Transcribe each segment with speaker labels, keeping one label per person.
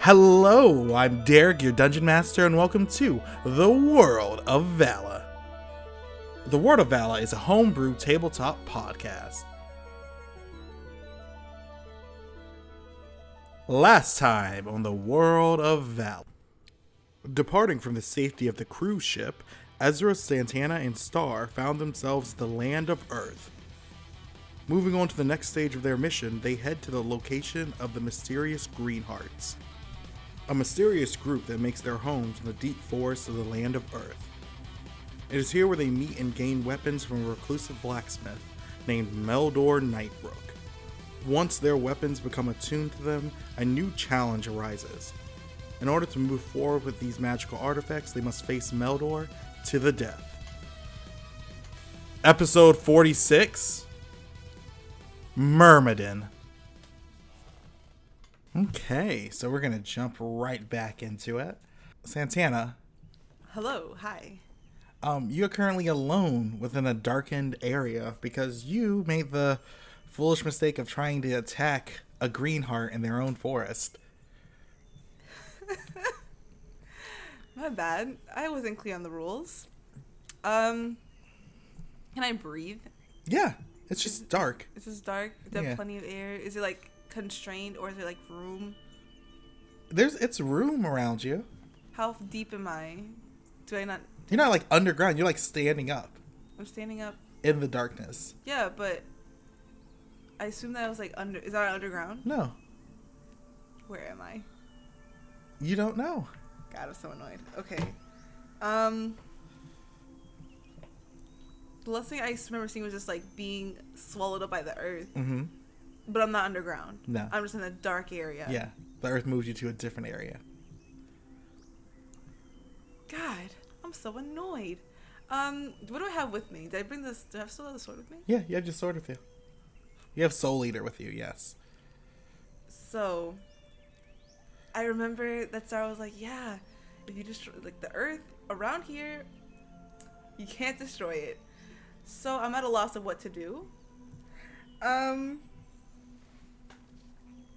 Speaker 1: Hello, I'm Derek, your dungeon master, and welcome to the World of Vala. The World of Vala is a homebrew tabletop podcast. Last time on the World of Vala. Departing from the safety of the cruise ship, Ezra, Santana, and Star found themselves the land of Earth. Moving on to the next stage of their mission, they head to the location of the mysterious Green Hearts, a mysterious group that makes their homes in the deep forests of the land of Earth. It is here where they meet and gain weapons from a reclusive blacksmith named Meldor Nightbrook. Once their weapons become attuned to them, a new challenge arises. In order to move forward with these magical artifacts, they must face Meldor to the death. Episode 46 Myrmidon. Okay, so we're going to jump right back into it. Santana,
Speaker 2: Hello, hi.
Speaker 1: um, you're currently alone within a darkened area because you made the foolish mistake of trying to attack a greenheart in their own forest.
Speaker 2: My bad. I wasn't clear on the rules. Um, can I breathe?
Speaker 1: Yeah, it's just dark.
Speaker 2: Is this dark? Is there
Speaker 1: Yeah.
Speaker 2: plenty of air? Is it like constrained or is there like room?
Speaker 1: There's it's room around you.
Speaker 2: How deep am I? Do I not?
Speaker 1: You're not like underground. You're like standing up
Speaker 2: I'm standing up.
Speaker 1: in the darkness.
Speaker 2: Yeah, but I assume that I was like under. Is that underground?
Speaker 1: No,
Speaker 2: Where am I?
Speaker 1: you don't know.
Speaker 2: God, I'm so annoyed. Okay. Um. The last thing I s- remember seeing was just like being swallowed up by the earth,
Speaker 1: Mm-hmm.
Speaker 2: but I'm not underground.
Speaker 1: No.
Speaker 2: I'm just in a dark area.
Speaker 1: Yeah, the earth moved you to a different area.
Speaker 2: God, I'm so annoyed. Um, what do I have with me? Did I bring this? Do I have still have the sword with me?
Speaker 1: Yeah, you have your sword with you. You have Soul Eater with you. Yes.
Speaker 2: So, I remember that Sarah was like, "Yeah, if you destroy like the earth around here, you can't destroy it." So I'm at a loss of what to do. Um,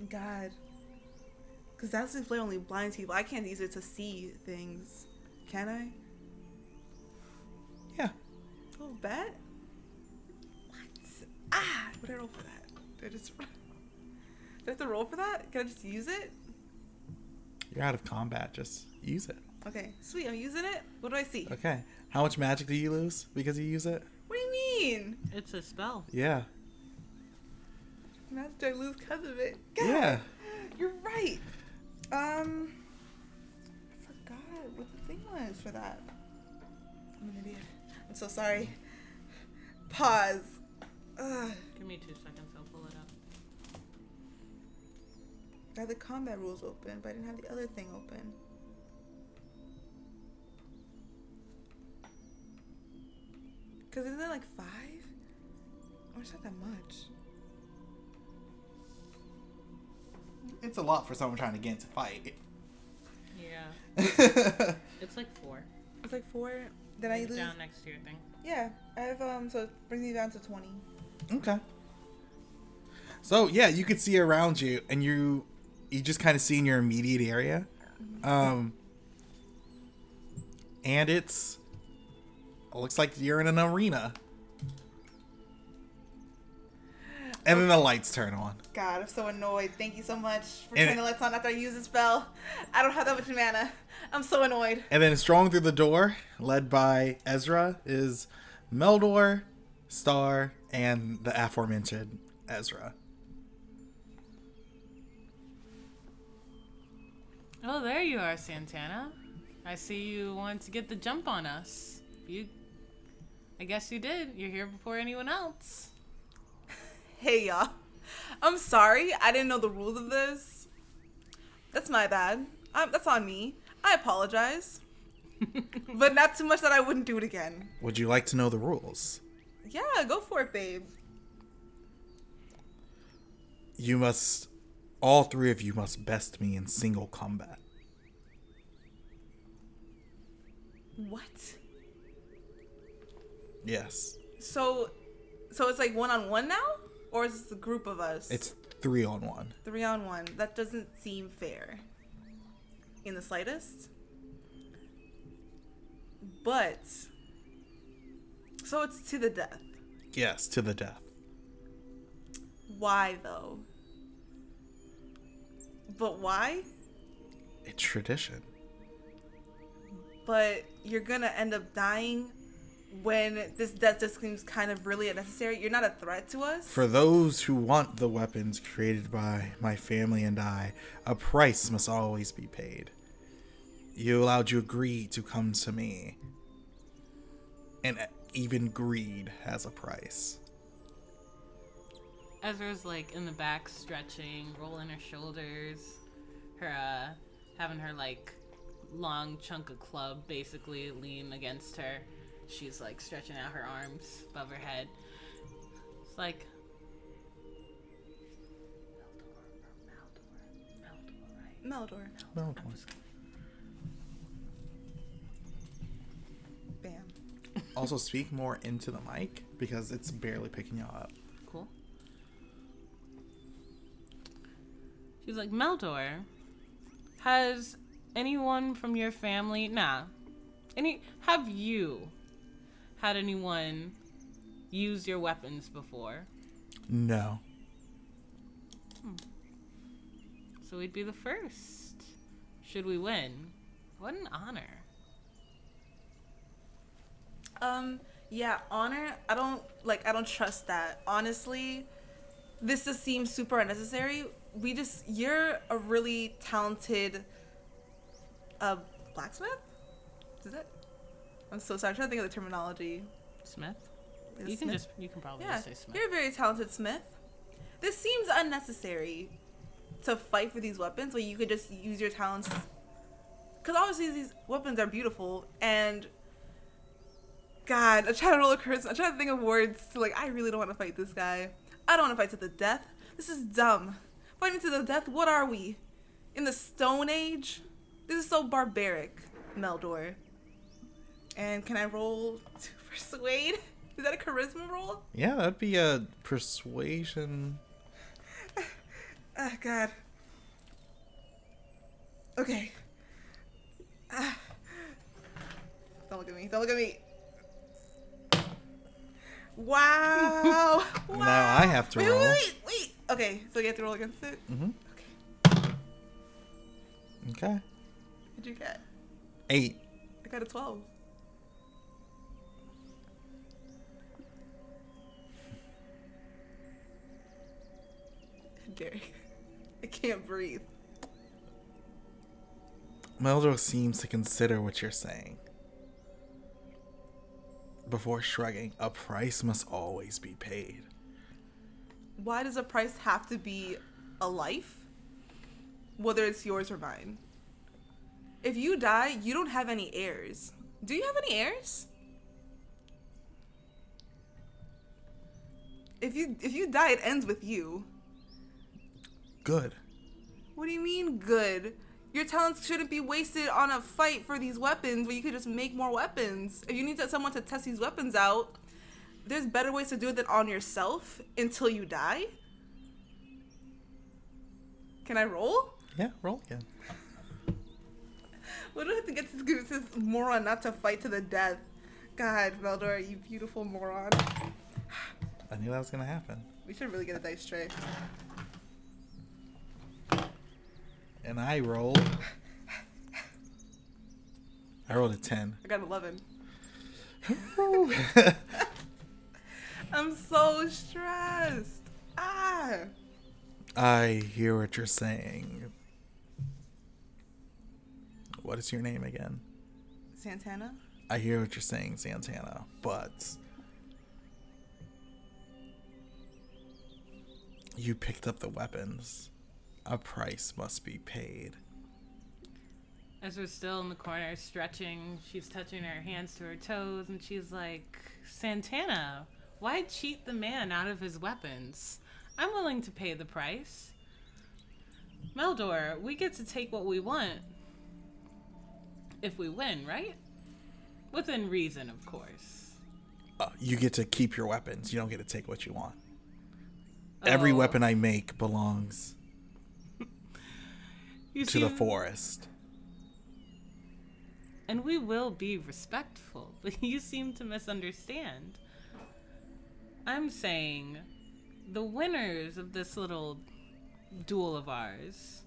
Speaker 2: God, because that's his play only blinds people. I can't use it to see things, can I?
Speaker 1: Yeah.
Speaker 2: Oh, bet? What? Ah! What did I roll for that? Did I just. Did I have to roll for that? Can I just use it?
Speaker 1: You're out of combat. Just use it.
Speaker 2: Okay, sweet, I'm using it. What do I see?
Speaker 1: Okay. How much magic do you lose because you use it?
Speaker 2: What do you mean?
Speaker 3: It's a spell.
Speaker 1: Yeah.
Speaker 2: How did I lose because of it? God,
Speaker 1: Yeah.
Speaker 2: You're right. Um. I forgot what the thing was for that. I'm an idiot. I'm so sorry. Pause. Ugh.
Speaker 3: Give me two seconds, I'll pull it up.
Speaker 2: I had the combat rules open, but I didn't have the other thing open. Cause isn't that like five? Or it's not that much.
Speaker 1: It's a lot for someone trying to get into fight.
Speaker 3: Yeah. It's like four.
Speaker 2: It's like four. Did I
Speaker 3: Put it
Speaker 2: lose?
Speaker 3: Down next to your thing.
Speaker 2: Yeah, I have um. So it brings me down to twenty.
Speaker 1: okay. So yeah, you could see around you, and you you just kind of see in your immediate area, um, and it's it looks like you're in an arena. And then the lights turn on.
Speaker 2: God, I'm so annoyed. Thank you so much for
Speaker 1: And-
Speaker 2: turning the lights on after I use the spell. I don't have that much mana. I'm so annoyed.
Speaker 1: And then strolling through the door, led by Ezra, is Meldor, Star, and the aforementioned Ezra.
Speaker 3: Oh, there you are, Santana. I see you wanted to get the jump on us. You. I guess you did. You're here before anyone else.
Speaker 2: Hey y'all. I'm sorry. I didn't know the rules of this. That's my bad. Um, that's on me. I apologize. but not too much that I wouldn't do it again.
Speaker 1: Would you like to know the rules?
Speaker 2: Yeah, go for it, babe.
Speaker 1: You must, all three of you must best me in single combat.
Speaker 2: What?
Speaker 1: Yes.
Speaker 2: So, so it's like one on one now, or is this a group of us?
Speaker 1: It's three on one.
Speaker 2: three on one. That doesn't seem fair. in the slightest. But so it's to the death.
Speaker 1: Yes, to the death.
Speaker 2: Why though? But why?
Speaker 1: It's tradition.
Speaker 2: But you're gonna end up dying when this death just seems kind of really unnecessary. You're not a threat to us.
Speaker 1: For those who want the weapons created by my family and I, a price must always be paid. You allowed your greed to come to me. And even greed has a price.
Speaker 3: Ezra's like in the back, stretching, rolling her shoulders, her uh, having her like long chunk of club basically lean against her. She's like stretching out her arms above her head. It's like. Meldor, Meldor, Meldor, right?
Speaker 2: Meldor.
Speaker 1: No,
Speaker 3: I'm just-
Speaker 2: Bam.
Speaker 1: also speak more into the mic because it's barely picking y'all up.
Speaker 3: Cool. She's like, Meldor, has anyone from your family, nah, any, have you had anyone use your weapons before?
Speaker 1: No.
Speaker 3: So we'd be the first. Should we win? What an honor.
Speaker 2: Um, yeah, honor. I don't like. I don't trust that. Honestly, this just seems super unnecessary. We just, you're a really talented, uh, blacksmith. Is that? I'm so sorry. I'm trying to think of the terminology.
Speaker 3: Smith?
Speaker 2: Is it
Speaker 3: you can
Speaker 2: Smith?
Speaker 3: just, you can probably
Speaker 2: yeah,
Speaker 3: just say Smith.
Speaker 2: you're a very talented smith. This seems unnecessary to fight for these weapons when you could just use your talents. Because obviously these weapons are beautiful and. God, I'm trying to roll a curse. I'm trying to think of words to like. I really don't want to fight this guy. I don't want to fight to the death. This is dumb. Fighting to the death. What are we? In the Stone Age? This is so barbaric, Meldor. And can I roll to persuade? Is that a charisma roll?
Speaker 1: Yeah, that'd be a persuasion.
Speaker 2: Ah, God. Okay. Ah. Don't look at me. Don't look at me. Wow. wow.
Speaker 1: Now I have to
Speaker 2: wait,
Speaker 1: roll.
Speaker 2: Wait, wait, wait. Okay, so you have to roll against it?
Speaker 1: Mhm.
Speaker 2: Okay.
Speaker 1: Okay.
Speaker 2: What'd you get?
Speaker 1: Eight.
Speaker 2: I got a 12. Derek, I can't breathe.
Speaker 1: Meldor seems to consider what you're saying. Before shrugging, a price must always be paid.
Speaker 2: why does a price have to be a life? Whether it's yours or mine. If you die, you don't have any heirs. Do you have any heirs? If you if you die, it ends with you.
Speaker 1: Good.
Speaker 2: What do you mean good? Your talents shouldn't be wasted on a fight for these weapons when you could just make more weapons. If you need to- someone to test these weapons out, there's better ways to do it than on yourself until you die. Can I roll?
Speaker 1: Yeah, roll again.
Speaker 2: We don't have to get this, get this moron not to fight to the death. God, Meldor, you beautiful moron.
Speaker 1: I knew that was gonna happen.
Speaker 2: We should really get a dice tray.
Speaker 1: And I rolled. I rolled a 10.
Speaker 2: I got 11.
Speaker 1: Woo.
Speaker 2: I'm so stressed. Ah.
Speaker 1: I hear what you're saying. What is your name again?
Speaker 2: Santana?
Speaker 1: I hear what you're saying, Santana, but you picked up the weapons. A price must be paid.
Speaker 3: Ezra's still in the corner stretching. She's touching her hands to her toes, and she's like, Santana, why cheat the man out of his weapons? I'm willing to pay the price. Meldor, we get to take what we want if we win, right? Within reason, of course.
Speaker 1: Uh, you get to keep your weapons. You don't get to take what you want. Every
Speaker 3: Oh,
Speaker 1: weapon I make belongs
Speaker 3: you
Speaker 1: to the
Speaker 3: seem-
Speaker 1: forest.
Speaker 3: and we will be respectful, but you seem to misunderstand. I'm saying the winners of this little duel of ours,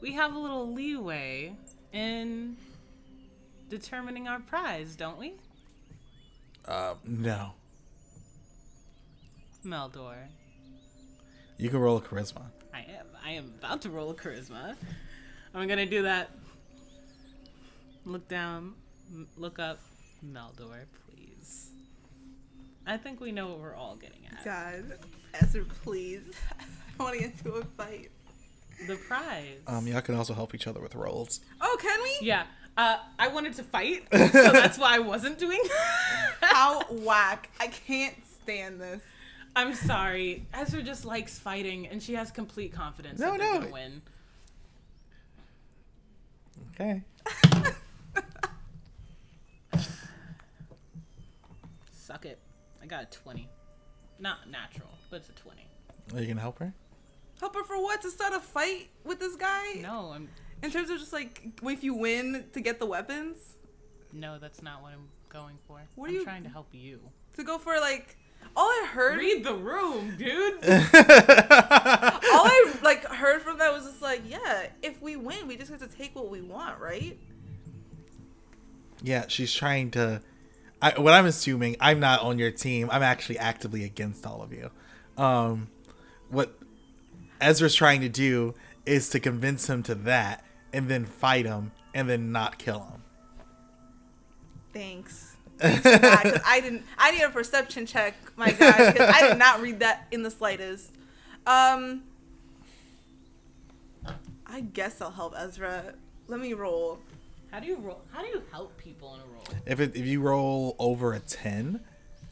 Speaker 3: we have a little leeway in determining our prize, don't we?
Speaker 1: Uh, no.
Speaker 3: Meldor.
Speaker 1: You can roll a charisma.
Speaker 3: I am I am about to roll a charisma. I'm gonna do that. Look down, m- look up, Meldor, please. I think we know what we're all getting at.
Speaker 2: God, Ezra, please. I want to get into a fight.
Speaker 3: The prize.
Speaker 1: Um, y'all can also help each other with rolls.
Speaker 2: Oh, can we?
Speaker 3: yeah. Uh, I wanted to fight, so that's why I wasn't doing.
Speaker 2: How whack. I can't stand this.
Speaker 3: I'm sorry. Ezra just likes fighting, and she has complete confidence
Speaker 1: No,
Speaker 3: that they're
Speaker 1: no.
Speaker 3: gonna win.
Speaker 1: Okay.
Speaker 3: Suck it. I got a twenty. Not natural, but it's a twenty.
Speaker 1: Are you gonna help her?
Speaker 2: Help her for what? To start a fight with this guy?
Speaker 3: No, I'm
Speaker 2: In terms of just like, if you win to get the weapons?
Speaker 3: No, that's not what I'm going for.
Speaker 2: What are
Speaker 3: I'm
Speaker 2: you-
Speaker 3: trying to help you.
Speaker 2: To go for like. All I heard.
Speaker 3: Read the room, dude.
Speaker 2: all I like heard from that was just like, yeah, if we win, we just have to take what we want, right?
Speaker 1: yeah, she's trying to. I, what I'm assuming, I'm not on your team. I'm actually actively against all of you. Um, what Ezra's trying to do is to convince him to that, and then fight him, and then not kill him.
Speaker 2: Thanks. God, 'cause I didn't. I need a perception check, my guy, because I did not read that in the slightest. Um, I guess I'll help Ezra. Let me roll.
Speaker 3: How do you roll? How do you help people in a roll?
Speaker 1: If it, if you roll over a ten,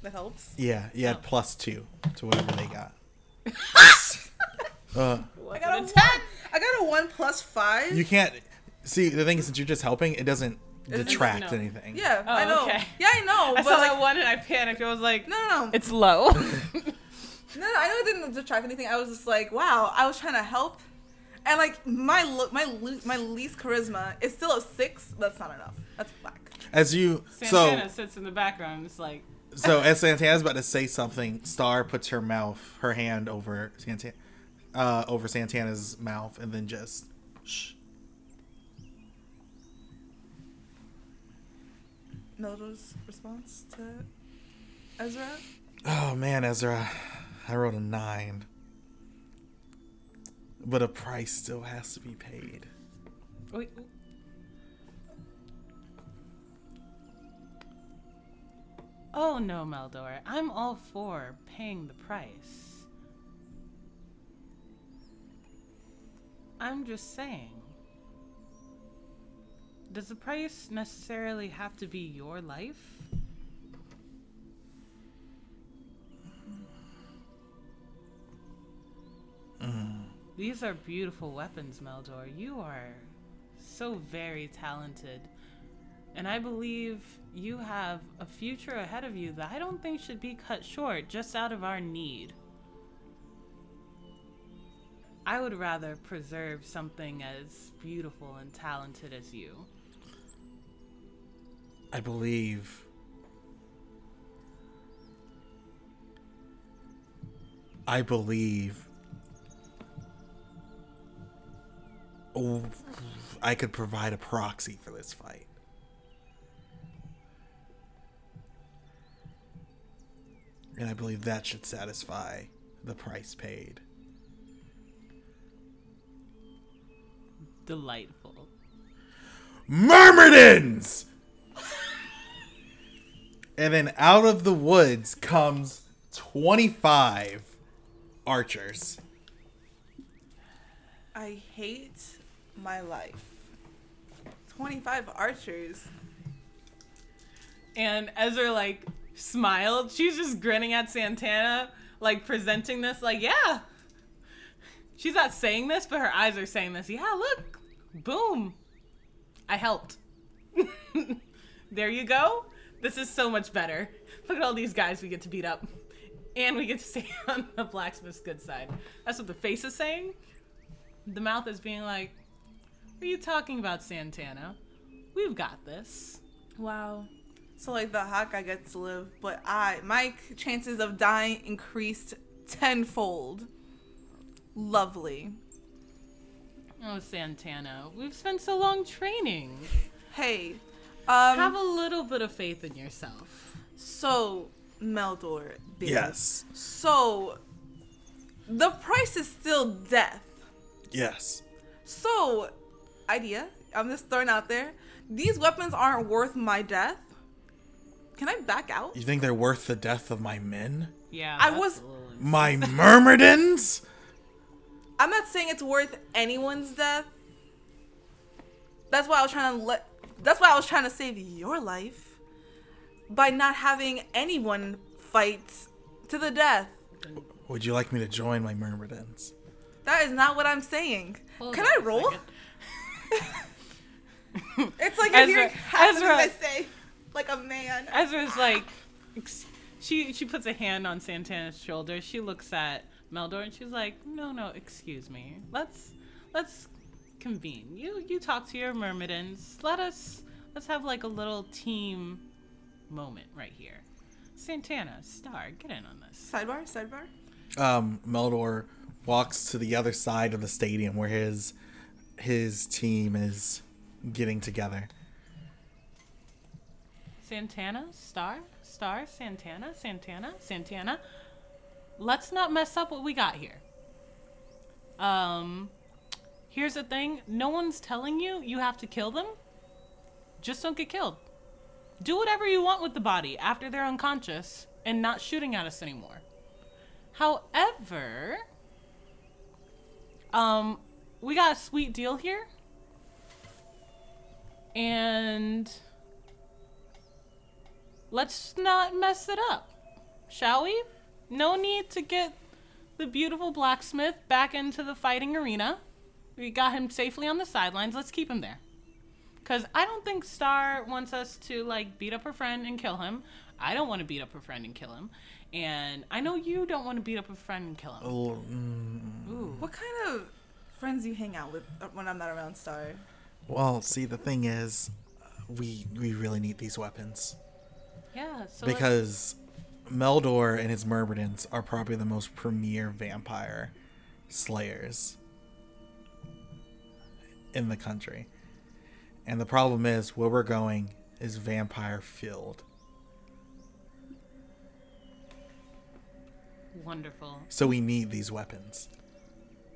Speaker 2: That helps.
Speaker 1: yeah, you
Speaker 2: Oh.
Speaker 1: add plus two to whatever they got. uh,
Speaker 2: I got a one.
Speaker 3: What's an attack?
Speaker 2: I got a one plus five.
Speaker 1: you can't see the thing is since you're just helping, it doesn't
Speaker 2: doesn't-
Speaker 1: detract
Speaker 3: no.
Speaker 1: anything.
Speaker 2: yeah,
Speaker 3: Oh,
Speaker 2: I know.
Speaker 3: okay.
Speaker 2: Yeah, I know.
Speaker 3: I
Speaker 2: but
Speaker 3: saw
Speaker 2: like,
Speaker 3: that one and I panicked. I was like,
Speaker 2: no, no, no.
Speaker 3: it's low.
Speaker 2: No, no, I know it didn't detract anything. I was just like, wow, I was trying to help, and like my lo- my lo- my least charisma is still a six. That's not enough. That's black.
Speaker 1: As you so
Speaker 3: Santana sits in the background. It's like,
Speaker 1: So as Santana's about to say something, Star puts her mouth, her hand over Santana, uh, over Santana's mouth, and then just shh.
Speaker 2: Meldor's response to Ezra.
Speaker 1: Oh man, Ezra, I rolled a nine, but a price still has to be paid.
Speaker 3: wait, oh no, Meldor. I'm all for paying the price. I'm just saying. Does the price necessarily have to be your life? These are beautiful weapons, Meldor. You are so very talented. And I believe you have a future ahead of you that I don't think should be cut short just out of our need. I would rather preserve something as beautiful and talented as you.
Speaker 1: I believe. I believe. Oh, I could provide a proxy for this fight. And I believe that should satisfy the price paid.
Speaker 3: Delightful.
Speaker 1: Myrmidons! and then out of the woods comes 25 archers.
Speaker 2: I hate my life. Twenty five archers.
Speaker 3: and Ezra like smiled. She's just grinning at Santana, like presenting this, like, yeah. She's not saying this, but her eyes are saying this. Yeah, look. Boom. I helped. there you go. This is so much better. Look at all these guys we get to beat up. And we get to stay on the blacksmith's good side. That's what the face is saying. The mouth is being like, What are you talking about, Santana? We've got this.
Speaker 2: Wow. So like the hot guy gets to live, but I my c- chances of dying increased tenfold. Lovely.
Speaker 3: Oh, Santana, we've spent so long training.
Speaker 2: Hey, um,
Speaker 3: Have a little bit of faith in yourself.
Speaker 2: so Meldor. Bitch.
Speaker 1: Yes.
Speaker 2: So the price is still death.
Speaker 1: Yes.
Speaker 2: So, idea, I'm just throwing out there. These weapons aren't worth my death. Can I back out?
Speaker 1: You think they're worth the death of my men?
Speaker 3: Yeah.
Speaker 2: I
Speaker 3: that's
Speaker 2: was-
Speaker 3: a little-
Speaker 1: My myrmidons?
Speaker 2: I'm not saying it's worth anyone's death. That's why I was trying to let. That's why I was trying to save your life by not having anyone fight to the death.
Speaker 1: Would you like me to join my myrmidons?
Speaker 2: That is not what I'm saying.
Speaker 3: Hold
Speaker 2: Can
Speaker 3: on
Speaker 2: I
Speaker 3: a
Speaker 2: roll?
Speaker 3: second.
Speaker 2: It's like you're
Speaker 3: Ezra-
Speaker 2: hearing half of
Speaker 3: Ezra.
Speaker 2: this I say, like a man.
Speaker 3: Ezra's like, ex- she she puts a hand on Santana's shoulder. She looks at Meldor and she's like, no, no, excuse me. Let's let's convene. You you talk to your myrmidons. Let us let's have like a little team moment right here. Santana, Star, get in on this.
Speaker 2: Sidebar, sidebar.
Speaker 1: Um, Meldor walks to the other side of the stadium where his his team is getting together.
Speaker 3: Santana, Star, Star, Santana, Santana, Santana. Let's not mess up what we got here. Um, here's the thing: no one's telling you you have to kill them. Just don't get killed. Do whatever you want with the body after they're unconscious and not shooting at us anymore. However, um, we got a sweet deal here, and let's not mess it up, shall we? No need to get the beautiful blacksmith back into the fighting arena. We got him safely on the sidelines. Let's keep him there. Cause I don't think Star wants us to like beat up her friend and kill him. I don't want to beat up her friend and kill him. And I know you don't want to beat up a friend and kill him.
Speaker 1: L- mm,
Speaker 3: Ooh.
Speaker 2: What kind of friends do you hang out with uh, when I'm not around, Star?
Speaker 1: Well, see, the thing is, uh, we we really need these weapons
Speaker 3: Yeah. So let's-
Speaker 1: because Meldor and his myrmidons are probably the most premier vampire slayers in the country. And the problem is, where we're going is vampire filled.
Speaker 3: wonderful.
Speaker 1: So we need these weapons.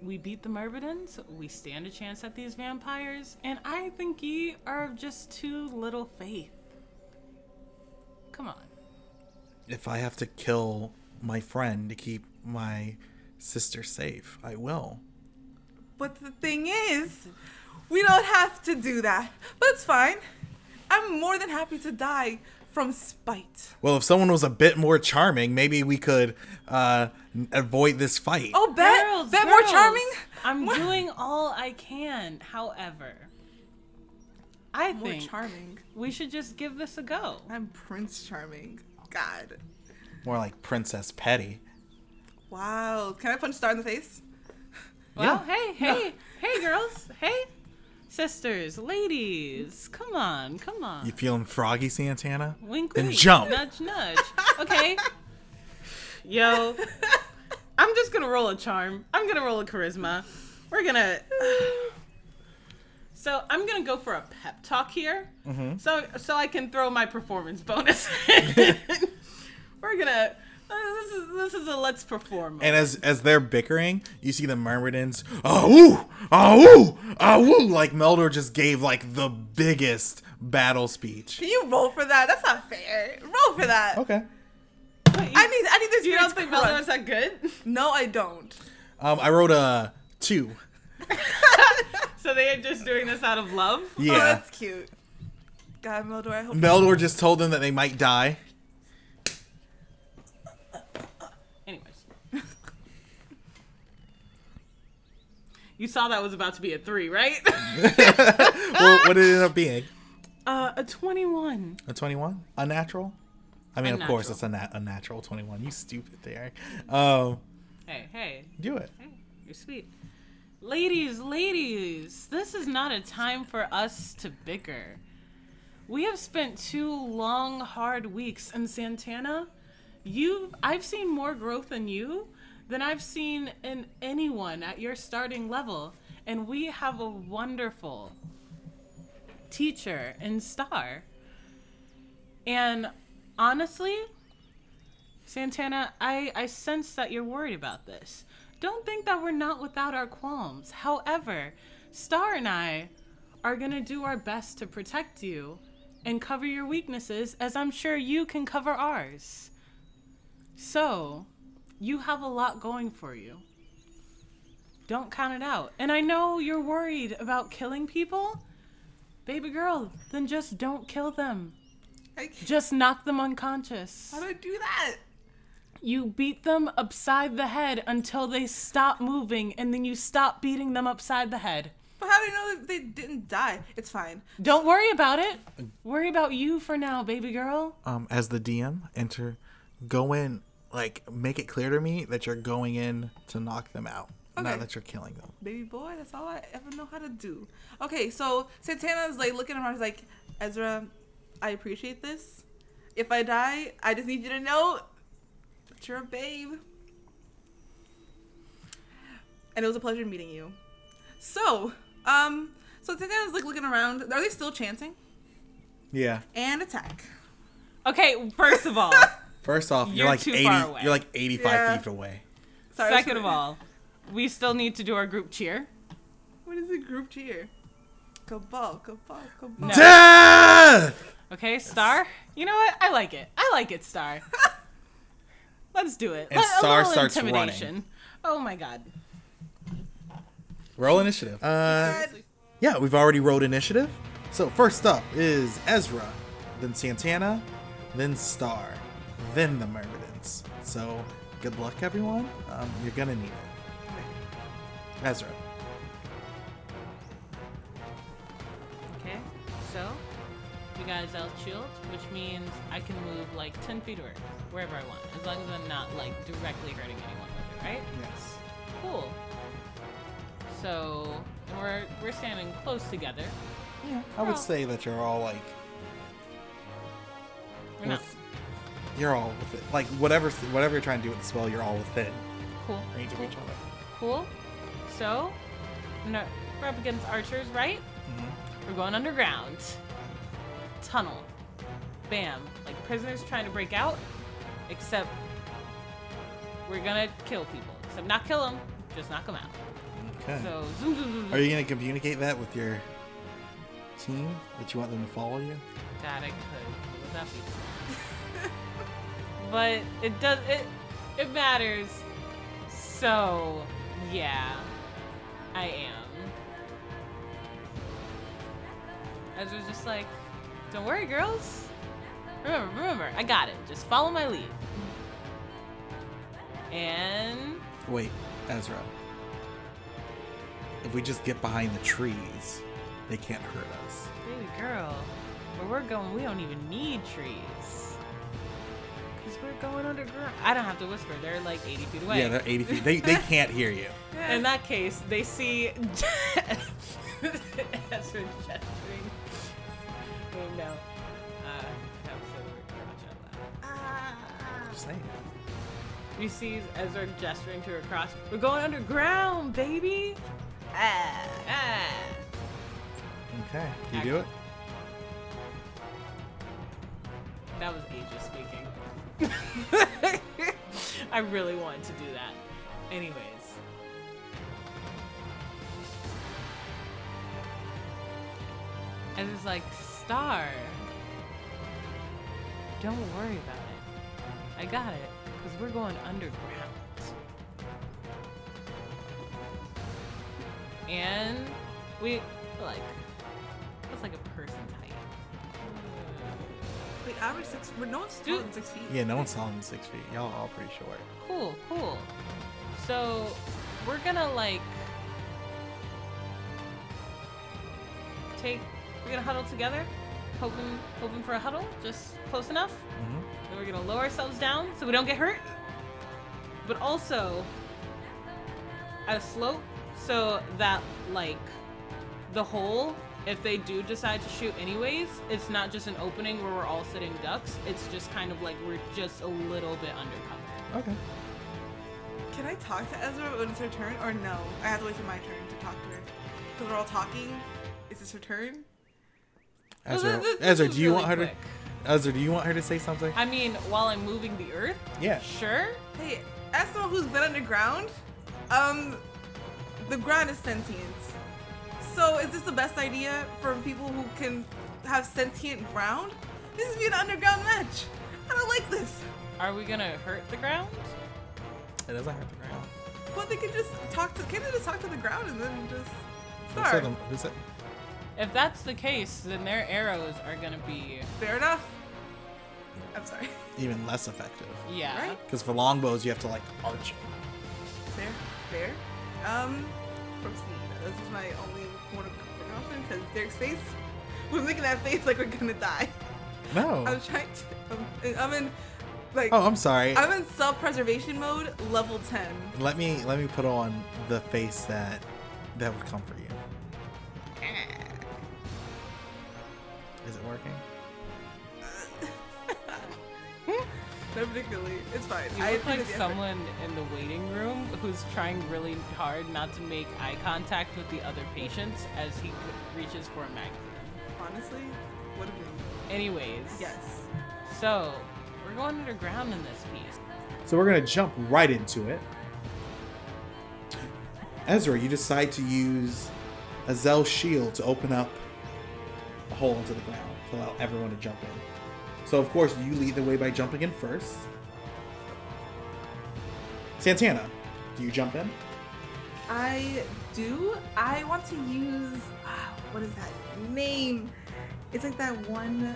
Speaker 3: We beat the Myrmidons, we stand a chance at these vampires, and I think ye are of just too little faith. Come on.
Speaker 1: If I have to kill my friend to keep my sister safe, I will.
Speaker 2: But the thing is, we don't have to do that. But it's fine. I'm more than happy to die from spite.
Speaker 1: Well, if someone was a bit more charming, maybe we could uh, n- avoid this fight.
Speaker 2: Oh, bet,
Speaker 3: Girls,
Speaker 2: bet more
Speaker 3: girls,
Speaker 2: charming.
Speaker 3: I'm
Speaker 2: More-
Speaker 3: doing all I can. However, I
Speaker 2: More
Speaker 3: think
Speaker 2: charming.
Speaker 3: we should just give this a go.
Speaker 2: I'm Prince Charming. God.
Speaker 1: More like Princess Petty.
Speaker 2: Wow. Can I punch Star in the face?
Speaker 3: Well, hey, hey, hey, girls, hey, sisters, ladies, come on, come on.
Speaker 1: You feeling froggy, Santana?
Speaker 3: Wink,
Speaker 1: Then
Speaker 3: wink.
Speaker 1: jump.
Speaker 3: Nudge, nudge. Okay. Yo, I'm just gonna roll a charm. I'm gonna roll a charisma. We're gonna. So I'm gonna go for a pep talk here.
Speaker 1: Mm-hmm.
Speaker 3: So so I can throw my performance bonus. in. We're gonna. uh, This is this is a let's perform.
Speaker 1: And as as they're bickering, you see the myrmidons, oh ooh, oh ooh, oh ooh, like Meldor just gave like the biggest battle speech.
Speaker 2: Can you roll for that? That's not fair. Roll for that.
Speaker 1: Okay.
Speaker 3: Wait, you-
Speaker 2: I need I need this
Speaker 3: You don't
Speaker 2: experience
Speaker 3: think
Speaker 2: crushed.
Speaker 3: Meldor's that good?
Speaker 2: No, I don't.
Speaker 1: Um, I wrote a two.
Speaker 3: So they are just doing this out of love.
Speaker 1: Yeah.
Speaker 2: Oh, that's cute. God, Meldor, I hope
Speaker 1: Meldor just told them that they might die.
Speaker 3: Anyways. you saw that was about to be a three, right?
Speaker 1: well, what did it end up being?
Speaker 3: uh, a 21.
Speaker 1: A 21? Unnatural? I mean, of course,
Speaker 3: Unnatural.
Speaker 1: it's a, na- a natural 21. You stupid there. Um,
Speaker 3: Hey, hey,
Speaker 1: do it.
Speaker 3: hey, you're sweet. Ladies, ladies, this is not a time for us to bicker. We have spent two long, hard weeks, and Santana, you I've seen more growth in you than I've seen in anyone at your starting level, and we have a wonderful teacher and star. And honestly, Santana, I, I sense that you're worried about this. Don't think that we're not without our qualms. However, Star and I are going to do our best to protect you and cover your weaknesses, as I'm sure you can cover ours. So, you have a lot going for you. Don't count it out. And I know you're worried about killing people. Baby girl, then just don't kill them.
Speaker 2: I can't.
Speaker 3: Just knock them unconscious.
Speaker 2: How do I do that?
Speaker 3: You beat them upside the head until they stop moving, and then you stop beating them upside the head.
Speaker 2: But how do I know that they didn't die? It's fine.
Speaker 3: Don't worry about it. Worry about you for now, baby girl.
Speaker 1: um, as the DM, enter, go in, like, make it clear to me that you're going in to knock them out, not
Speaker 2: Okay.
Speaker 1: that you're killing them.
Speaker 2: Baby boy, that's all I ever know how to do. Okay, so Santana's like looking around, he's like, Ezra, I appreciate this. If I die, I just need you to know that you're a babe. And it was a pleasure meeting you. So, um, so Santana's like looking around. Are they still chanting?
Speaker 1: Yeah.
Speaker 2: And attack.
Speaker 3: Okay, first of all,
Speaker 1: First off, you're,
Speaker 3: You're
Speaker 1: like
Speaker 3: too
Speaker 1: 80,
Speaker 3: far away.
Speaker 1: you're like 85
Speaker 2: Yeah.
Speaker 1: feet away.
Speaker 2: Sorry,
Speaker 3: second of
Speaker 2: sorry.
Speaker 3: all, we still need to do our group cheer.
Speaker 2: What is the group cheer? Cabal, cabal, cabal.
Speaker 3: No.
Speaker 1: Death!
Speaker 3: Okay, Star? You know what? I like it. I like it, Star. Let's do it.
Speaker 1: And
Speaker 3: Let- a
Speaker 1: Star
Speaker 3: little
Speaker 1: starts running.
Speaker 3: intimidation. Oh my god.
Speaker 1: Roll initiative. Uh,
Speaker 2: Dead.
Speaker 1: yeah, we've already rolled initiative. So first up is Ezra, then Santana, then Star, then the Myrmidons. So good luck, everyone. Um, you're gonna need it. Ezra.
Speaker 3: Okay, so you guys are shield, which means I can move like 10 feet or wherever I want, as long as I'm not like directly hurting anyone with it, right?
Speaker 1: Yes.
Speaker 3: Cool. So and we're we're standing close together.
Speaker 1: Yeah, I would
Speaker 3: Oh.
Speaker 1: say that you're all like
Speaker 3: We're not
Speaker 1: with- you're all within like whatever whatever you're trying to do with the spell, you're all within
Speaker 3: cool.
Speaker 1: range of
Speaker 3: cool,
Speaker 1: each other.
Speaker 3: Cool. So no, we're up against archers, right? We're going underground. Tunnel. Bam. Like prisoners trying to break out, except we're gonna kill people. Except not kill them, just knock them out.
Speaker 1: Okay.
Speaker 3: So zoom, zoom, zoom,
Speaker 1: Are
Speaker 3: zoom.
Speaker 1: you gonna communicate that with your team that you want them to follow you?
Speaker 3: God, I could. What would that be? but it does. It it matters. So yeah, I am. Ezra's just like, don't worry, girls. Remember, remember, I got it. Just follow my lead. And
Speaker 1: Wait, Ezra. If we just get behind the trees, they can't hurt us.
Speaker 3: Baby girl, where we're going, we don't even need trees. Because we're going underground. I don't have to whisper, they're like 80 feet away.
Speaker 1: Yeah, they're 80 feet. They, they can't hear you.
Speaker 3: In that case, they see Ezra gesturing. Oh no. Uh, that was so weird. Don't watch out loud.
Speaker 1: Just saying.
Speaker 3: You see Ezra gesturing to her cross. We're going underground, baby! Ah, ah.
Speaker 1: Okay. You do it?
Speaker 3: That was Aegis speaking. I really wanted to do that. Anyways. And it's like, Star, don't worry about it. I got it, because we're going underground. And we, like, that's like a person height.
Speaker 2: Wait, average six. We're no one's
Speaker 3: Dude.
Speaker 2: doing six feet.
Speaker 1: Yeah, no one's taller than six feet. Y'all are all pretty short.
Speaker 3: Cool, cool. So we're gonna like take we're gonna huddle together, hoping hoping for a huddle, just close enough.
Speaker 1: Mhm.
Speaker 3: And we're gonna lower ourselves down so we don't get hurt. But also at a slope, so that like the hole if they do decide to shoot anyways it's not just an opening where we're all sitting ducks it's just kind of like we're just a little bit undercover
Speaker 1: Okay.
Speaker 2: Can I talk to Ezra when it's her turn, or no? I have to wait for my turn to talk to her. Because we're all talking. Is this her turn?
Speaker 1: Ezra,
Speaker 3: this- this
Speaker 1: Ezra,
Speaker 3: was
Speaker 1: do you
Speaker 3: really
Speaker 1: want her to?
Speaker 3: quick.
Speaker 1: Ezra, do you want her to say something?
Speaker 3: i mean while i'm moving the earth
Speaker 1: Yeah.
Speaker 3: sure
Speaker 2: Hey, as someone who's been underground, um, the ground is sentient. So is this the best idea for people who can have sentient ground? This is be an underground match. I don't like this.
Speaker 3: are we gonna hurt the ground
Speaker 1: It doesn't hurt the ground.
Speaker 2: But they could just talk to. Can they just talk to the ground and then just
Speaker 1: Who said
Speaker 2: start?
Speaker 1: them- who said-
Speaker 3: if that's the case then their arrows are gonna be
Speaker 2: Fair enough. I'm sorry.
Speaker 1: even less effective.
Speaker 3: yeah
Speaker 2: Right?
Speaker 1: Because for longbows, you have to like arch.
Speaker 2: Fair, fair. Um, proceed. This is my only one of comfort option because Derek's face was making that face like we're gonna die.
Speaker 1: No.
Speaker 2: I'm trying to. I'm, I'm in, like,
Speaker 1: oh, I'm sorry.
Speaker 2: I'm in self-preservation mode, level 10.
Speaker 1: let me let me put on the face that that would comfort you. Is it working?
Speaker 2: Not particularly. It's fine.
Speaker 3: You look
Speaker 2: appreciate
Speaker 3: like
Speaker 2: the effort.
Speaker 3: someone in the waiting room who's trying really hard not to make eye contact with the other patients as he reaches for a magazine.
Speaker 2: Honestly, what a dream.
Speaker 3: Anyways,
Speaker 2: Yes.
Speaker 3: So we're going underground in this piece.
Speaker 1: So we're gonna jump right into it. Ezra, you decide to use Azel's shield to open up a hole into the ground to allow everyone to jump in. So of course you lead the way by jumping in first. Santana, do you jump in?
Speaker 2: I do. I want to use. ah, what is that name? It's like that one.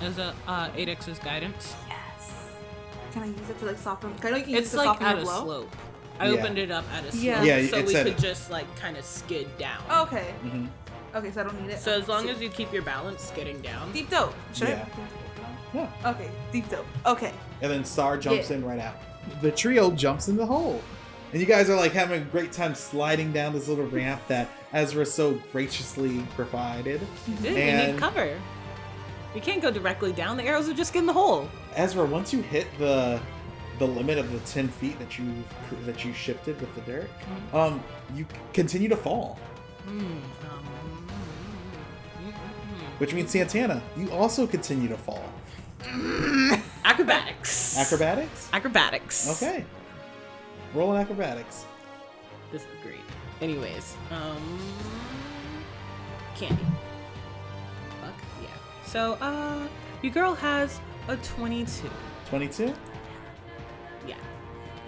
Speaker 3: As a uh, 8x's guidance,
Speaker 2: Yes. Can I use it to like soften? Can I like, use
Speaker 3: it's
Speaker 2: it to
Speaker 3: like
Speaker 2: soften your
Speaker 3: at a
Speaker 2: blow?
Speaker 3: slope. I
Speaker 1: Yeah.
Speaker 3: opened it up at a slope,
Speaker 2: Yeah. Oh,
Speaker 1: Yeah,
Speaker 3: so
Speaker 1: it
Speaker 3: we
Speaker 1: said
Speaker 3: could
Speaker 1: it.
Speaker 3: just like kind of skid down.
Speaker 2: Okay.
Speaker 1: Mm-hmm.
Speaker 2: Okay, so I don't need it.
Speaker 3: So as long
Speaker 2: See-
Speaker 3: as you keep your balance skidding down,
Speaker 2: deep dope. Should
Speaker 1: Yeah. Yeah.
Speaker 2: I? Okay, deep dope. Okay.
Speaker 1: And then Star jumps
Speaker 2: Yeah.
Speaker 1: in right out. The trio jumps in the hole. And you guys are like having a great time sliding down this little ramp that Ezra so graciously provided.
Speaker 3: Dude, we
Speaker 1: And-
Speaker 3: need cover. We can't go directly down. The arrows are just in the hole.
Speaker 1: Ezra, once you hit the the limit of the ten feet that you that you shifted with the dirt, um, you continue to fall.
Speaker 3: Um,
Speaker 1: Which means Santana, you also continue to fall.
Speaker 3: Acrobatics.
Speaker 1: Acrobatics.
Speaker 3: Acrobatics.
Speaker 1: Okay. Roll an acrobatics.
Speaker 3: This is great. Anyways, um, candy. Fuck yeah. So, uh, your girl has a 22.
Speaker 1: Twenty-two.
Speaker 3: Yeah.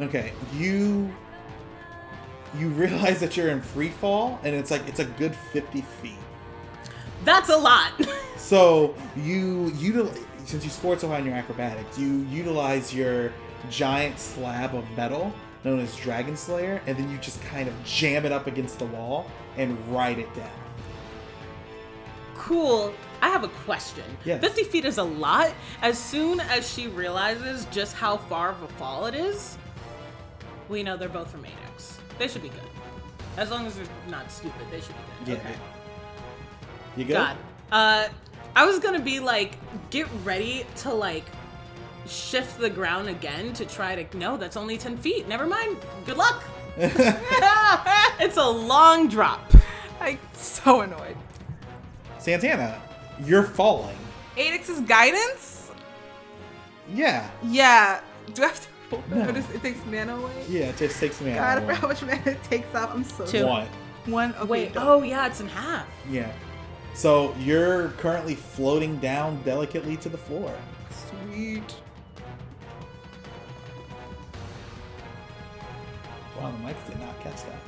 Speaker 1: Okay, you you realize that you're in free fall, and it's like it's a good fifty feet.
Speaker 3: That's a lot.
Speaker 1: So you utilize since you scored so high on your acrobatics, you utilize your giant slab of metal known as Dragon Slayer, and then you just kind of jam it up against the wall and ride it down.
Speaker 3: cool. I have a question.
Speaker 1: Yes.
Speaker 3: 50 feet is a lot. As soon as she realizes just how far of a fall it is, we know they're both from 8x. They should be good. As long as they're not stupid, they should be good. okay.
Speaker 1: You good?
Speaker 3: God. Uh, I was gonna be like, get ready to like shift the ground again to try to. No, that's only 10 feet. Never mind. Good luck. it's a long drop.
Speaker 2: I'm so annoyed.
Speaker 1: Santana, you're falling.
Speaker 2: Adix's guidance?
Speaker 1: Yeah.
Speaker 2: Yeah. Do I have to roll that?
Speaker 1: No.
Speaker 2: What is- it takes mana away?
Speaker 1: Yeah, it just takes me
Speaker 2: God, I
Speaker 1: out.
Speaker 2: forgot how much mana it takes off. I'm so
Speaker 3: Two.
Speaker 1: One.
Speaker 2: One. Okay,
Speaker 3: Wait,
Speaker 2: dope.
Speaker 3: oh yeah, it's in half.
Speaker 1: Yeah. So you're currently floating down delicately to the floor.
Speaker 2: Sweet.
Speaker 1: Wow, the mics did not catch that.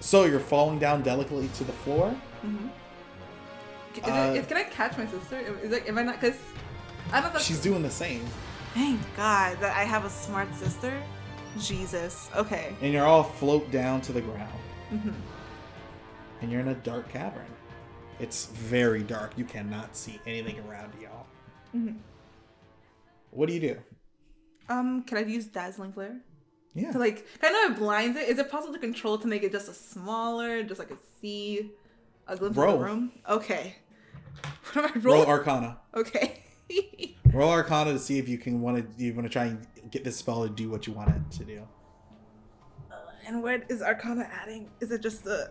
Speaker 1: So you're falling down delicately to the floor.
Speaker 2: Is
Speaker 1: Uh,
Speaker 2: it, is, can I catch my sister? Is it, am I not? Because I don't know.
Speaker 1: She's doing the same.
Speaker 2: Thank God that I have a smart sister. Jesus. Okay.
Speaker 1: And you're all float down to the ground. And you're in a dark cavern. It's very dark. You cannot see anything around y'all. What do you do?
Speaker 2: Um, can I use dazzling flare?
Speaker 1: Yeah.
Speaker 2: To like kind of blinds it. Is it possible to control to make it just a smaller, just like a C, a glimpse
Speaker 1: Roll.
Speaker 2: of the room? Okay. What am I
Speaker 1: Roll
Speaker 2: rolling?
Speaker 1: Arcana.
Speaker 2: okay.
Speaker 1: Roll Arcana to see if you can want to. You want to try and get this spell to do what you want it to do.
Speaker 2: and where is Arcana adding? Is it just the?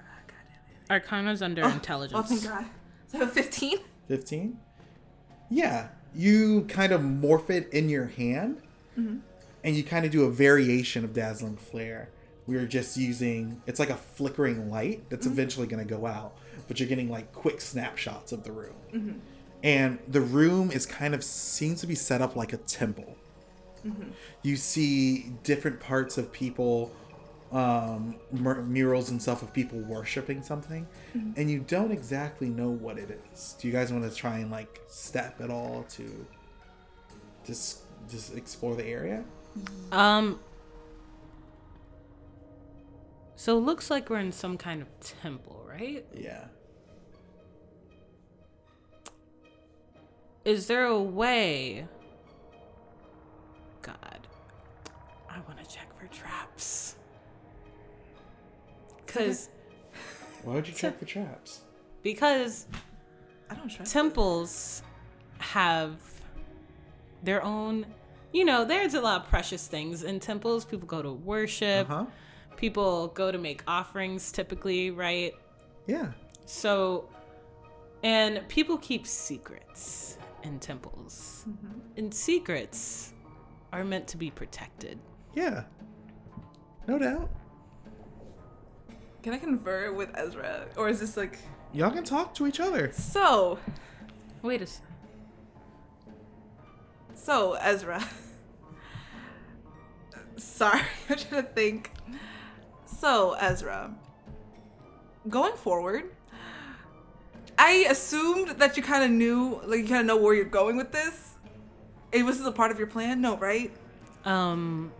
Speaker 2: Ah, God damn
Speaker 3: Arcana's under
Speaker 2: it. Oh, thank God. So I have a fifteen.
Speaker 1: Fifteen. Yeah, you kind of morph it in your hand, and you kind of do a variation of dazzling flare. We're just using. It's like a flickering light that's eventually going to go out, but you're getting like quick snapshots of the room. And the room is kind of seems to be set up like a temple. you see different parts of people um mur- murals and stuff of people worshiping something and you don't exactly know what it is do you guys want to try and like step at all to just just explore the area
Speaker 3: Um. So it looks like we're in some kind of temple, right?
Speaker 1: yeah
Speaker 3: Is there a way? God, I want to check for traps. Cause,
Speaker 1: why would you check for traps
Speaker 3: because
Speaker 2: I don't trust.
Speaker 3: temples have their own. You know, there's a lot of precious things in temples. People go to worship.
Speaker 1: uh-huh
Speaker 3: People go to make offerings, typically, right?
Speaker 1: yeah
Speaker 3: So, and people keep secrets in temples. And secrets are meant to be protected.
Speaker 1: yeah no doubt
Speaker 2: it. Can I confer with Ezra, or is this like
Speaker 1: y'all can talk to each other
Speaker 2: so?
Speaker 3: Wait a second.
Speaker 2: So, Ezra. Sorry, I'm trying to think. So, Ezra. Going forward, I assumed that you kind of knew, like, you kind of know where you're going with this. It was this a part of your plan? No, right?
Speaker 3: Um,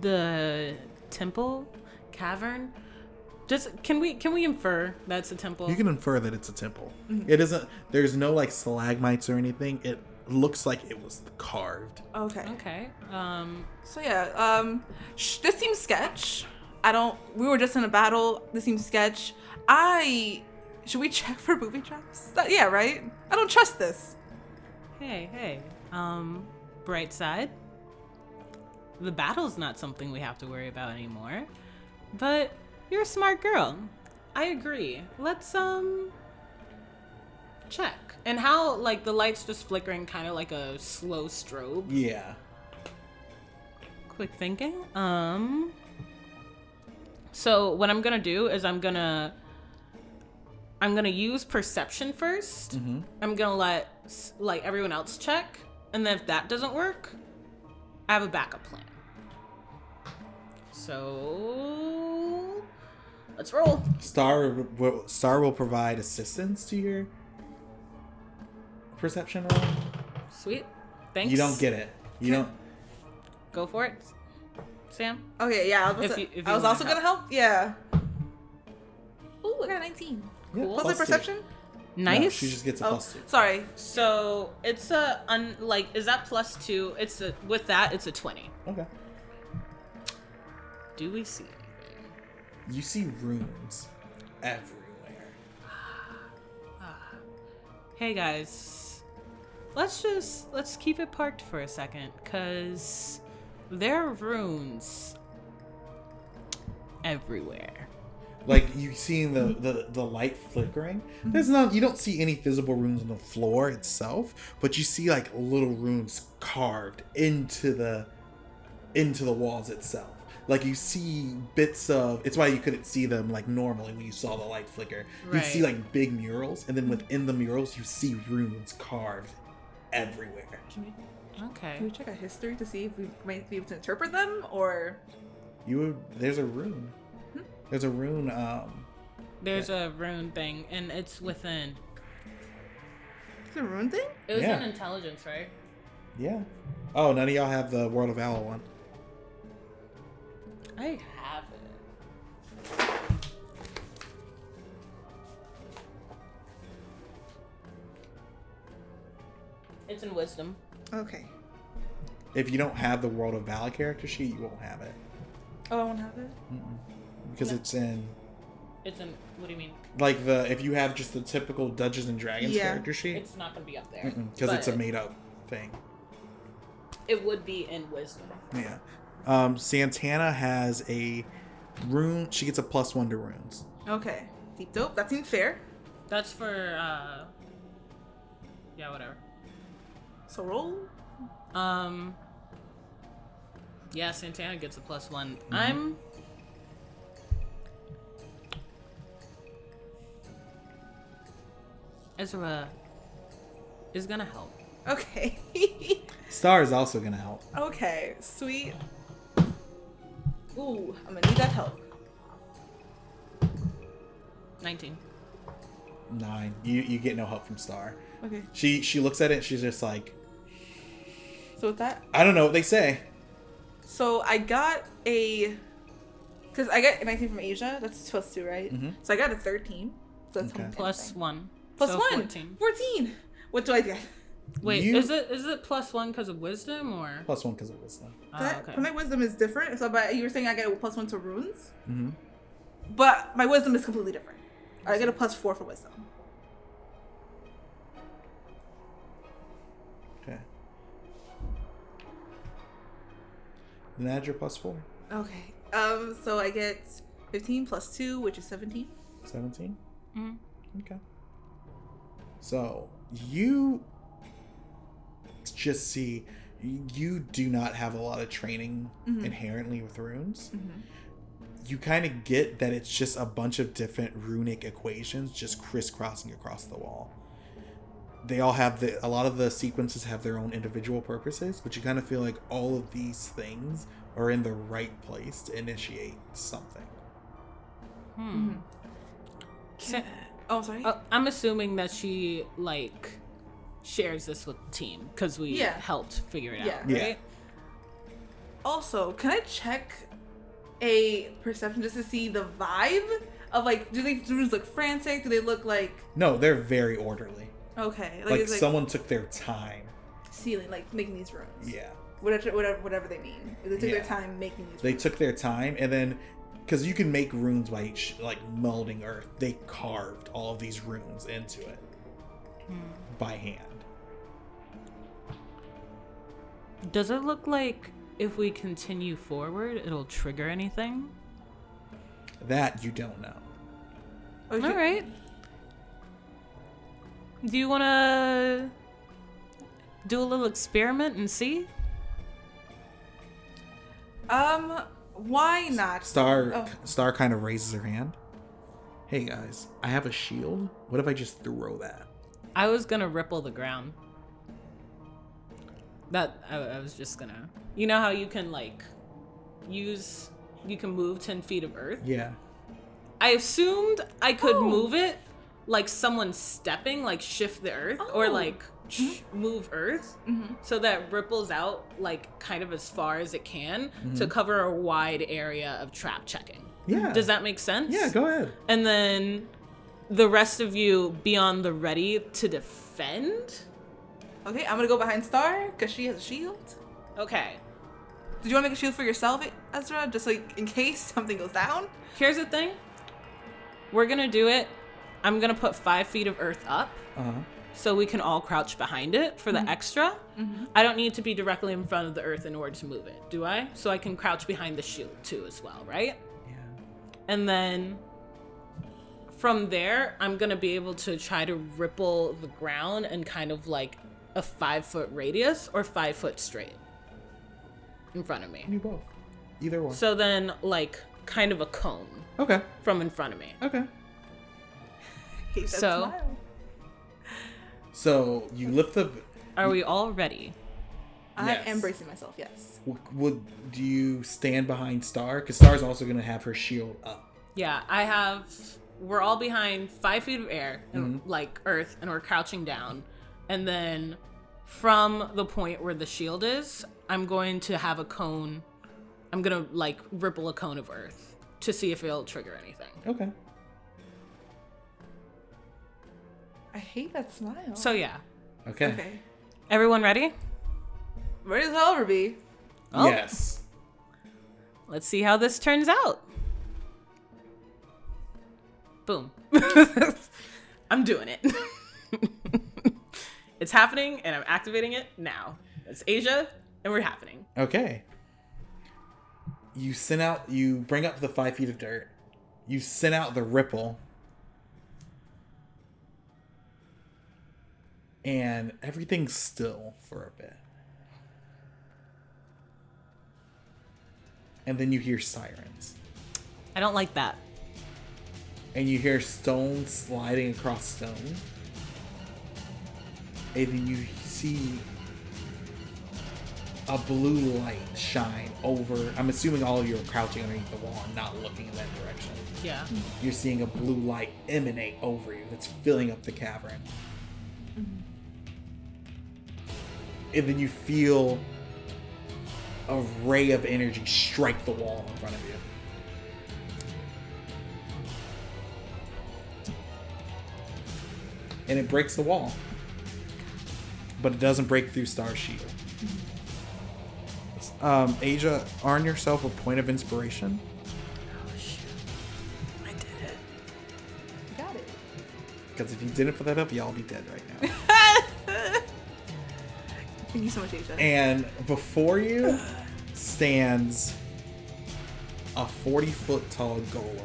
Speaker 3: the temple cavern. Just can we can we infer that's a temple?
Speaker 1: you can infer that it's a temple It isn't there's no like stalagmites or anything it looks like it was carved
Speaker 2: Okay.
Speaker 3: okay. Um,
Speaker 2: So, yeah, um, sh- this seems sketch. I don't, we were just in a battle. This seems sketch. I, should we check for booby traps? That- yeah, right? I don't trust this.
Speaker 3: hey hey. Um, bright side. The battle's not something we have to worry about anymore. But you're a smart girl. I agree. Let's um check. And how like the lights just flickering kind of like a slow strobe.
Speaker 1: yeah
Speaker 3: quick thinking um so what i'm gonna do is i'm gonna i'm gonna use perception 1st
Speaker 1: Mm-hmm.
Speaker 3: i i'm gonna let s- like everyone else check and then if that doesn't work i have a backup plan so let's roll
Speaker 1: Star will, Star will provide assistance to your perception roll.
Speaker 3: sweet thanks
Speaker 1: You don't get it. You don't.
Speaker 3: go for it sam
Speaker 2: Okay, yeah. I was,
Speaker 3: If
Speaker 2: about
Speaker 3: you-
Speaker 2: to-
Speaker 3: if
Speaker 2: I
Speaker 3: you
Speaker 2: was
Speaker 3: wanna
Speaker 2: also gonna help. Yeah. Ooh, I got a 19.
Speaker 1: Yeah,
Speaker 3: Cool.
Speaker 2: Plus my
Speaker 1: plus two.
Speaker 2: perception?
Speaker 1: No,
Speaker 3: nice
Speaker 1: she just gets a
Speaker 2: Oh,
Speaker 1: plus two.
Speaker 2: sorry.
Speaker 3: so it's a un- like is that plus two it's a with that it's a 20
Speaker 1: Okay.
Speaker 3: do we see it
Speaker 1: You see runes everywhere.
Speaker 3: Hey guys, let's just let's keep it parked for a second, cause there are runes everywhere.
Speaker 1: Like you seeing the, the the light flickering. There's not. You don't see any visible runes on the floor itself, but you see like little runes carved into the into the walls itself. Like you see bits of it's why you couldn't see them like normally when you saw the light flicker. You see
Speaker 3: Right.
Speaker 1: like big murals, and then within the murals you see runes carved everywhere.
Speaker 2: Can we,
Speaker 3: Okay.
Speaker 2: can we check our history to see if we might be able to interpret them? Or.
Speaker 1: You would, there's a rune. There's a rune. Um,
Speaker 3: There's a rune thing, and it's within.
Speaker 2: Is it a rune thing?
Speaker 3: It was
Speaker 1: Yeah.
Speaker 3: in intelligence, right?
Speaker 1: yeah. Oh, none of y'all have the World of Owl one.
Speaker 3: I have it. It's in wisdom.
Speaker 2: Okay.
Speaker 1: If you don't have the World of Valor character sheet, you won't have it
Speaker 2: Oh, I won't have it.
Speaker 1: because
Speaker 3: No.
Speaker 1: it's in
Speaker 3: It's in. What do you mean?
Speaker 1: like the if you have just the typical Dungeons and Dragons
Speaker 2: Yeah.
Speaker 1: character sheet
Speaker 3: It's not gonna be up there.
Speaker 1: because Mm. it's a
Speaker 3: but
Speaker 1: made up thing.
Speaker 3: It would be in wisdom.
Speaker 1: Yeah. Um, Santana has a rune. She gets a plus one to runes.
Speaker 2: Okay. Deep dope. That seems fair.
Speaker 3: That's for. uh... Yeah, whatever.
Speaker 2: So roll.
Speaker 3: Um. Yeah, Santana gets a plus one. I'm. Ezra is gonna help.
Speaker 2: Okay.
Speaker 1: Star is also gonna help.
Speaker 2: okay. Sweet. Ooh, I'm gonna need that help.
Speaker 3: 19.
Speaker 1: Nine. You you get no help from Star.
Speaker 2: Okay.
Speaker 1: She she looks at it. and She's just like,
Speaker 2: So with that,
Speaker 1: I don't know what they say.
Speaker 2: so I got a, cause I got a 19 from Asia. That's plus two, right?
Speaker 1: Mhm.
Speaker 2: So I got a 13. So that's
Speaker 1: Okay.
Speaker 2: one
Speaker 3: Plus
Speaker 2: thing.
Speaker 3: one.
Speaker 2: Plus
Speaker 3: So
Speaker 2: one.
Speaker 3: 14.
Speaker 2: 14. What do I get?
Speaker 3: Wait,
Speaker 1: You-
Speaker 3: is it is it plus one because of wisdom or?
Speaker 1: Plus one because of wisdom.
Speaker 3: Oh,
Speaker 2: that,
Speaker 3: okay.
Speaker 2: My wisdom is different. So, but you were saying I get a plus one to runes,
Speaker 1: Mm-hmm.
Speaker 2: but my wisdom is completely different. I get a plus four for wisdom.
Speaker 1: Okay. Then add your plus four.
Speaker 2: Okay. Um. So I get 15 plus two, which is 17.
Speaker 1: 17?
Speaker 3: Mhm.
Speaker 1: Okay. So, you just see, you do not have a lot of training
Speaker 2: Mhm.
Speaker 1: inherently with runes.
Speaker 3: Mm-hmm.
Speaker 1: You kind of get that it's just a bunch of different runic equations just crisscrossing across the wall. They all have the, a lot of the sequences have their own individual purposes, but you kind of feel like all of these things are in the right place to initiate something.
Speaker 3: Hmm. Sa-
Speaker 2: Oh, I'm sorry.
Speaker 3: Uh, I'm assuming that she like shares this with the team because we
Speaker 2: Yeah.
Speaker 3: helped figure it out,
Speaker 1: Yeah. Yeah.
Speaker 3: right?
Speaker 2: Also, can I check a perception just to see the vibe of like, do they do runes look frantic? Do they look like
Speaker 1: No, they're very orderly.
Speaker 2: okay, like,
Speaker 1: like,
Speaker 2: it's like
Speaker 1: someone took their time.
Speaker 2: ceiling, like making these runes?
Speaker 1: Yeah,
Speaker 2: Whatever, whatever, whatever they mean. They took
Speaker 1: Yeah.
Speaker 2: their time making these.
Speaker 1: they
Speaker 2: runes.
Speaker 1: took their time, and then because you can make runes by sh- like melding earth, they carved all of these runes into it by hand.
Speaker 3: Does it look like if we continue forward, it'll trigger anything?
Speaker 1: That you don't know.
Speaker 2: Oh,
Speaker 3: All
Speaker 2: shit.
Speaker 3: right. Do you want to do a little experiment and see?
Speaker 2: Um, why not?
Speaker 1: Star
Speaker 2: Oh.
Speaker 1: Star kind of raises her hand. Hey guys, I have a shield. What if I just throw that?
Speaker 3: I was gonna ripple the ground. That I, I was just gonna. You know how you can like use you can move ten feet of earth.
Speaker 1: Yeah.
Speaker 3: I assumed I could
Speaker 2: Oh.
Speaker 3: move it like someone stepping, like shift the earth or
Speaker 2: Oh. Mm-hmm.
Speaker 3: like sh- move earth
Speaker 2: Mhm.
Speaker 3: so that ripples out like kind of as far as it can to cover a wide area of trap checking.
Speaker 1: Mm-hmm. Yeah.
Speaker 3: Does that make sense?
Speaker 1: Yeah. Go ahead.
Speaker 3: And then the rest of you be on the ready to defend?
Speaker 2: Okay, I'm gonna go behind Star because she has a shield.
Speaker 3: Okay.
Speaker 2: Did you want to make a shield for yourself, Ezra, just like in case something goes down?
Speaker 3: Here's the thing. We're gonna do it. I'm gonna put five feet of earth up.
Speaker 1: Uh huh.
Speaker 3: so we can all crouch behind it for the extra. I don't need to be directly in front of the earth in order to move it, do I? So I can crouch behind the shield too as well, right?
Speaker 1: Yeah.
Speaker 3: And then from there, I'm gonna be able to try to ripple the ground and kind of like a five foot radius or five foot straight in front of me.
Speaker 1: You both. Either one.
Speaker 3: So then, like, kind of a cone
Speaker 1: okay.
Speaker 3: from in front of me.
Speaker 1: Okay.
Speaker 2: Hate that
Speaker 3: So-
Speaker 2: smile.
Speaker 1: So you lift the.
Speaker 3: Are we all ready?
Speaker 2: I
Speaker 1: Yes.
Speaker 2: am bracing myself. Yes.
Speaker 1: W- Would do you stand behind Star? Because Star's also gonna have her shield up.
Speaker 3: Yeah, I have. We're all behind five feet of air, and, like earth, and we're crouching down. And then from the point where the shield is, I'm going to have a cone. I'm going to like ripple a cone of earth to see if it'll trigger anything.
Speaker 1: Okay.
Speaker 2: I hate that smile.
Speaker 3: So, yeah.
Speaker 1: Okay.
Speaker 2: okay.
Speaker 3: Everyone ready?
Speaker 2: Where does Oliver be?
Speaker 3: Oh.
Speaker 1: Yes.
Speaker 3: Let's see how this turns out. Boom. I'm doing it. it's happening and I'm activating it now. It's Asia and we're happening.
Speaker 1: Okay. You send out. You bring up the five feet of dirt. You send out the ripple. And everything's still for a bit. And then you hear sirens.
Speaker 3: I don't like that.
Speaker 1: and you hear stone sliding across stone. And then you see a blue light shine over. I'm assuming all of you are crouching underneath the wall and not looking in that direction.
Speaker 3: Yeah.
Speaker 1: You're seeing a blue light emanate over you that's filling up the cavern. And then you feel a ray of energy strike the wall in front of you. And it breaks the wall. But it doesn't break through Star Shield. Um, Asia, earn yourself a point of inspiration.
Speaker 3: Oh, I did it.
Speaker 2: You got it.
Speaker 1: Because if you didn't put that up, y'all be dead right now.
Speaker 2: Thank you so much, Asia.
Speaker 1: and before you stands a 40 foot tall golem.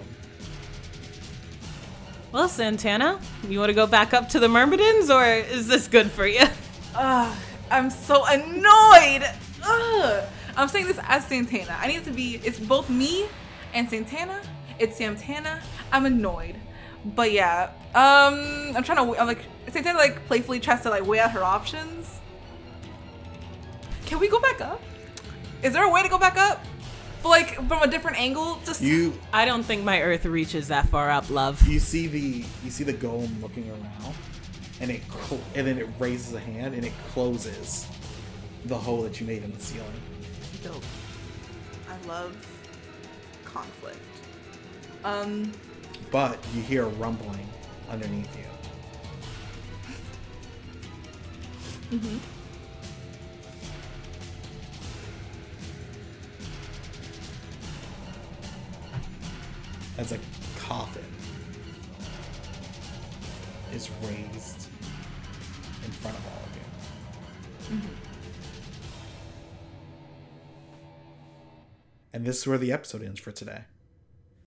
Speaker 3: Well, Santana, you want to go back up to the Myrmidons or is this good for you?
Speaker 2: Ugh, I'm so annoyed. Ugh. I'm saying this as Santana. I need to be. It's both me and Santana. It's Santana. I'm annoyed. But yeah, um, I'm trying to. I'm like Santana, like playfully tries to like weigh out her options. Can we go back up? Is there a way to go back up? But like from a different angle, just
Speaker 1: You
Speaker 3: I don't think my Earth reaches that far up, love.
Speaker 1: you see the you see the golem looking around, and it cl- and then it raises a hand and it closes the hole that you made in the ceiling.
Speaker 2: Dope. I love conflict. Um,
Speaker 1: But you hear a rumbling underneath you. Mm-hmm. as a coffin is raised in front of all of you. And this is where the episode ends for today.